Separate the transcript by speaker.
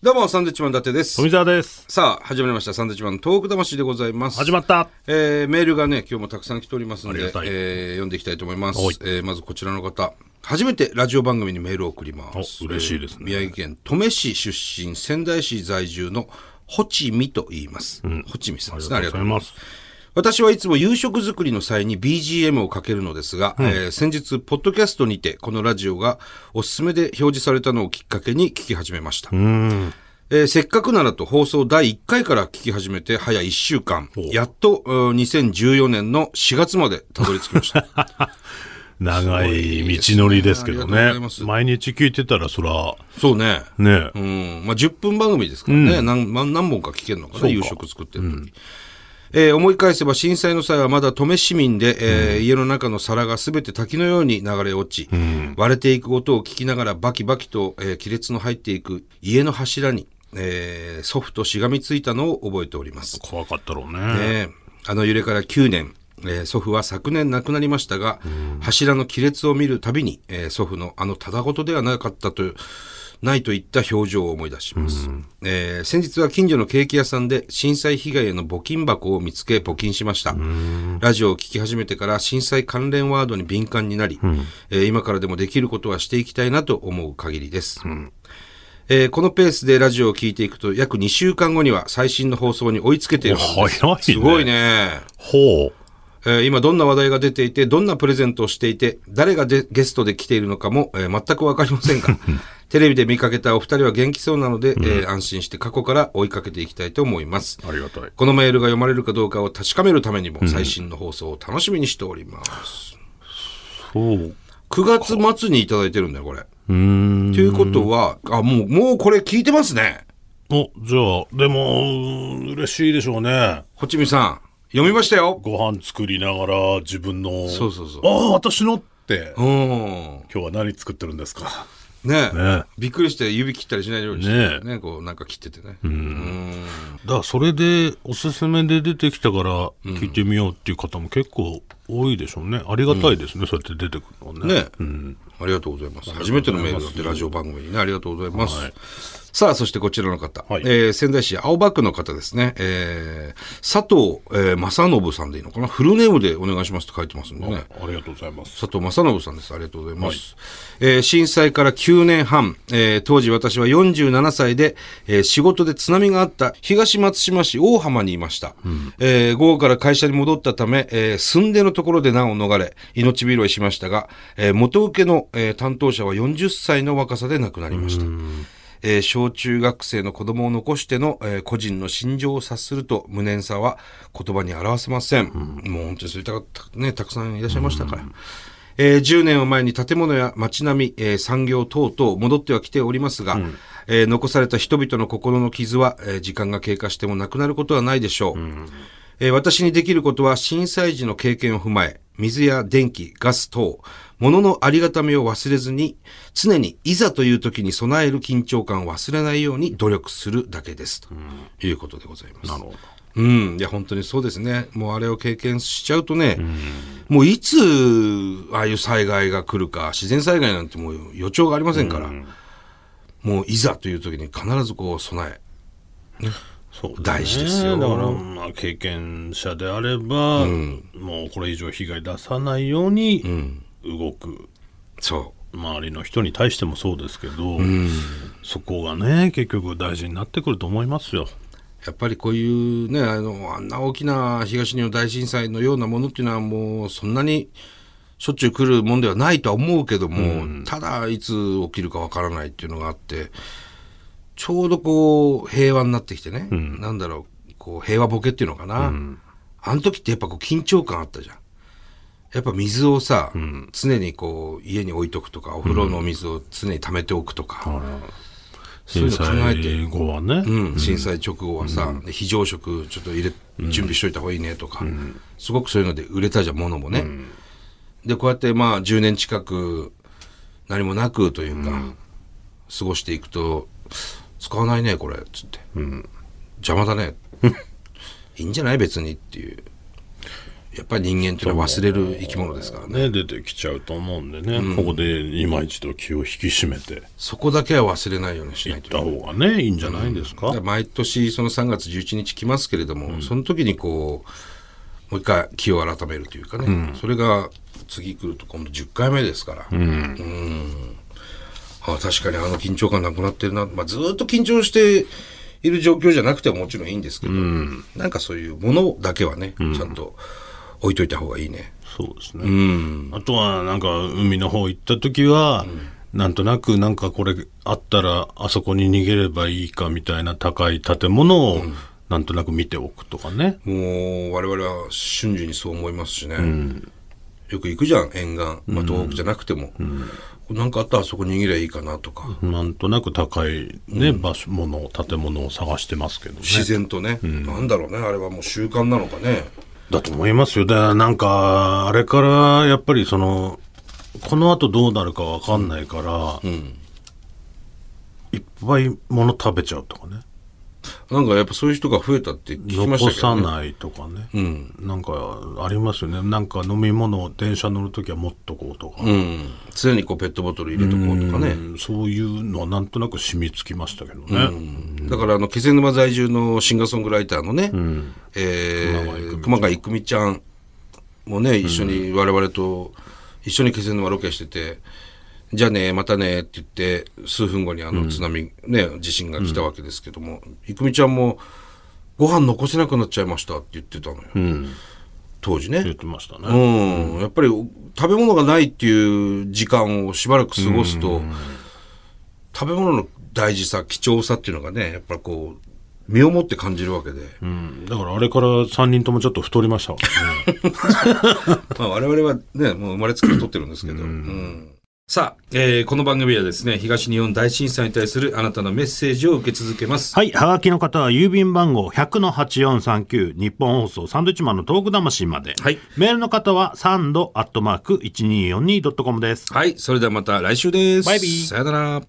Speaker 1: どうも、サンドウィッチマン伊達です。
Speaker 2: 富澤です。
Speaker 1: さあ、始まりました。サンドウィッチマントーク魂でございます。
Speaker 2: 始まった。
Speaker 1: えーメールがね、今日もたくさん来ておりますの
Speaker 2: あり
Speaker 1: で、え
Speaker 2: がたい
Speaker 1: ー読んでいきたいと思います
Speaker 2: はい。
Speaker 1: えーまずこちらの方。初めてラジオ番組にメールを送ります。
Speaker 2: お嬉しいですね
Speaker 1: 宮城県登米市出身、仙台市在住のホチミと言います。ホチミさんですね。ありがとうございます
Speaker 2: います。
Speaker 1: 私はいつも夕食作りの際に BGM をかけるのですが、えー先日、ポッドキャストにて、このラジオがおすすめで表示されたのをきっかけに聞き始めました。えーせっかくならと放送第1回から聞き始めて早1週間、やっとうん2014年の4月までたどり着きました。
Speaker 2: 長い道のりですけど
Speaker 1: すごいありがとう
Speaker 2: ね
Speaker 1: ございます。
Speaker 2: 毎日聞いてたら、そら、
Speaker 1: そうね。
Speaker 2: ね、
Speaker 1: うん。まあ、10分番組ですからね。何何何本か聞けるのかな、夕食作ってる時、えー思い返せば震災の際はまだ登米市民で、えー家の中の皿が全て滝のように流れ落ち、割れていく音を聞きながらバキバキと、えー亀裂の入っていく家の柱に、えー、祖父としがみついたのを覚えております。
Speaker 2: 怖かったろうね。
Speaker 1: ええあの揺れから9年、えー祖父は昨年亡くなりましたが、柱の亀裂を見るたびに、えー祖父のあのただごとではなかったという、ないといった表情を思い出します、えー先日は近所のケーキ屋さんで震災被害への募金箱を見つけ募金しました。ラジオを聞き始めてから震災関連ワードに敏感になり、えー今からでもできることはしていきたいなと思う限りです。えーこのペースでラジオを聞いていくと約2週間後には最新の放送に追いつけているはずです。
Speaker 2: 早いね
Speaker 1: すごいね。
Speaker 2: ほう。
Speaker 1: えー今どんな話題が出ていて、どんなプレゼントをしていて、誰がでゲストで来ているのかも、えー全くわかりません が、テレビで見かけたお二人は元気そうなので、えー安心して過去から追いかけていきたいと思います。
Speaker 2: ありがたい。
Speaker 1: このメールが読まれるかどうかを確かめるためにも、最新の放送を楽しみにしております。
Speaker 2: そう。
Speaker 1: 9月末にいただいてるんだよ、これ。
Speaker 2: うーん。
Speaker 1: ということは、あ、もう、もうこれ聞いてますね。
Speaker 2: お、じゃあ、でも、うん嬉しいでしょうね。
Speaker 1: ほちみさん、読みましたよ。
Speaker 2: ご飯作りながら、自分の、
Speaker 1: そうそうそう
Speaker 2: ああ、私のって、
Speaker 1: うん。
Speaker 2: 今日は何作ってるんですか。
Speaker 1: ねえ
Speaker 2: ね
Speaker 1: びっくりして指切ったりしないようにして
Speaker 2: ねえ
Speaker 1: ねこうなんか切っててね。うん。
Speaker 2: だそれで、おすすめで出てきたから、聞いてみようっていう方も結構多いでしょうね。ありがたいですね、そうやって出てくるのはね。
Speaker 1: ねえ、ありがとうございます。初めてのメールだってラジオ番組にね、ありがとうございます。さあ、そしてこちらの方。
Speaker 2: はい
Speaker 1: えー仙台市青葉区の方ですね。えー佐藤、えー正信さんでいいのかなフルネームでお願いしますと書いてますんでね。
Speaker 2: ありがとうございます。
Speaker 1: 佐藤正信さんです。ありがとうございます。えー震災から9年半、えー当時私は47歳で、えー仕事で津波があった東松島市大浜にいました。えー午後から会社に戻ったため、えー寸出のところで難を逃れ、命拾いしましたが、えー元請けの、えー担当者は40歳の若さで亡くなりました。えー小中学生の子供を残しての、えー個人の心情を察すると無念さは言葉に表せません。もう本当にそういった方、ね、たくさんいらっしゃいましたから。えー10年を前に建物や街並み、えー産業等々戻ってはきておりますが、えー残された人々の心の傷は、えー時間が経過してもなくなることはないでしょう。えー私にできることは震災時の経験を踏まえ、水や電気、ガス等、物のありがたみを忘れずに、常にいざという時に備える緊張感を忘れないように努力するだけです。ということでございます。
Speaker 2: なるほど。
Speaker 1: うん、いや、本当にそうですね。もうあれを経験しちゃうとね、もういつ、ああいう災害が来るか、自然災害なんてもう予兆がありませんから、もういざという時に必ずこう備え。
Speaker 2: そうね
Speaker 1: 大事ですよ
Speaker 2: だから、まあ、経験者であれば、もうこれ以上被害出さないように動く、
Speaker 1: そ
Speaker 2: 周りの人に対してもそうですけど、そこがね結局大事になってくると思いますよ。
Speaker 1: う。やっぱりこういうね、あの、あんな大きな東日本大震災のようなものっていうのはもうそんなにしょっちゅう来るもんではないとは思うけども、ただいつ起きるかわからないっていうのがあって、ちょうどこう平和になってきてね、なんだろう、こう平和ボケっていうのかな。あの時ってやっぱこう緊張感あったじゃん。やっぱ水をさ、常にこう家に置いとくとか、お風呂の水を常に溜めておくとか、そうい
Speaker 2: 震
Speaker 1: うの考えて、
Speaker 2: 災後はね、
Speaker 1: うん、震災直後はさ、で非常食ちょっと入れ準備しといた方がいいねとか、すごくそういうので売れたじゃんものもね、でこうやってまあ10年近く何もなくというか、過ごしていくと使わないねこれっつって、 邪魔だねいいんじゃない別にっていうやっぱり人間というのは忘れる生き物ですからね
Speaker 2: ね、出てきちゃうと思うんでね、ここで今一度気を引き締めて
Speaker 1: そこだけは忘れないようにしないい
Speaker 2: っ
Speaker 1: と
Speaker 2: た方がね、いいんじゃないですか。
Speaker 1: だから毎年その3月11日来ますけれども、その時にこうもう一回気を改めるというかね、それが次来ると今度10回目ですから、うんあ確かにあの緊張感なくなってるな、まあ、ずーっと緊張している状況じゃなくてももちろんいいんですけど、なんかそういうものだけはね、ちゃんと置いといた方がいいね。
Speaker 2: そうですね。あとは、なんか、海の方行った時は、なんとなく、なんかこれあったら、あそこに逃げればいいかみたいな高い建物を、なんとなく見ておくとかね。
Speaker 1: もう我々は瞬時にそう思いますしね、よく行くじゃん沿岸、まあ、東北じゃなくても、なんかあったらあそこ逃げりゃいいかなとか、
Speaker 2: なんとなく高いね、場所、もの、建物を探してますけどね。
Speaker 1: 自然とね、なんだろうねあれはもう習慣なのかね
Speaker 2: だと思いますよ。だからなんか、あれから、やっぱりその、この後どうなるかわかんないから、いっぱいもの食べちゃうとかね。
Speaker 1: なんかやっぱそういう人が増えたって聞きました
Speaker 2: 残
Speaker 1: けど、
Speaker 2: さ
Speaker 1: ね、
Speaker 2: ないとかね、なんかありますよねなんか飲み物を電車乗るときは持っとこうとか、
Speaker 1: うん常にこうペットボトル入れとこうとかね、
Speaker 2: うんそういうのはなんとなく染みつきましたけどね、
Speaker 1: だからあの気仙沼在住のシンガーソングライターのね、えー熊谷育美ちゃんもね一緒に我々と一緒に気仙沼ロケしてて「じゃあねまたね」って言って数分後にあの津波、ね地震が来たわけですけども、育美ちゃんも「ご飯残せなくなっちゃいました」って言ってたのよ、当時ね。
Speaker 2: 言ってましたね、
Speaker 1: うん、やっぱりお食べ物がないっていう時間をしばらく過ごすと、食べ物の大事さ、貴重さっていうのがね、やっぱこう、身をもって感じるわけで、
Speaker 2: うんだからあれから3人ともちょっと太りましたからね
Speaker 1: まあ我々はね、もう生まれつき取ってるんですけど、うんさあ、えーこの番組はですね、東日本大震災に対するあなたのメッセージを受け続けます。
Speaker 2: はいはがきの方は郵便番号100-8439日本放送サンドウィッチマンのトーク魂まで、
Speaker 1: はい
Speaker 2: メールの方はサンドアットマーク 1242.com です
Speaker 1: はい、それではまた来週です。
Speaker 2: バイビー
Speaker 1: さよなら。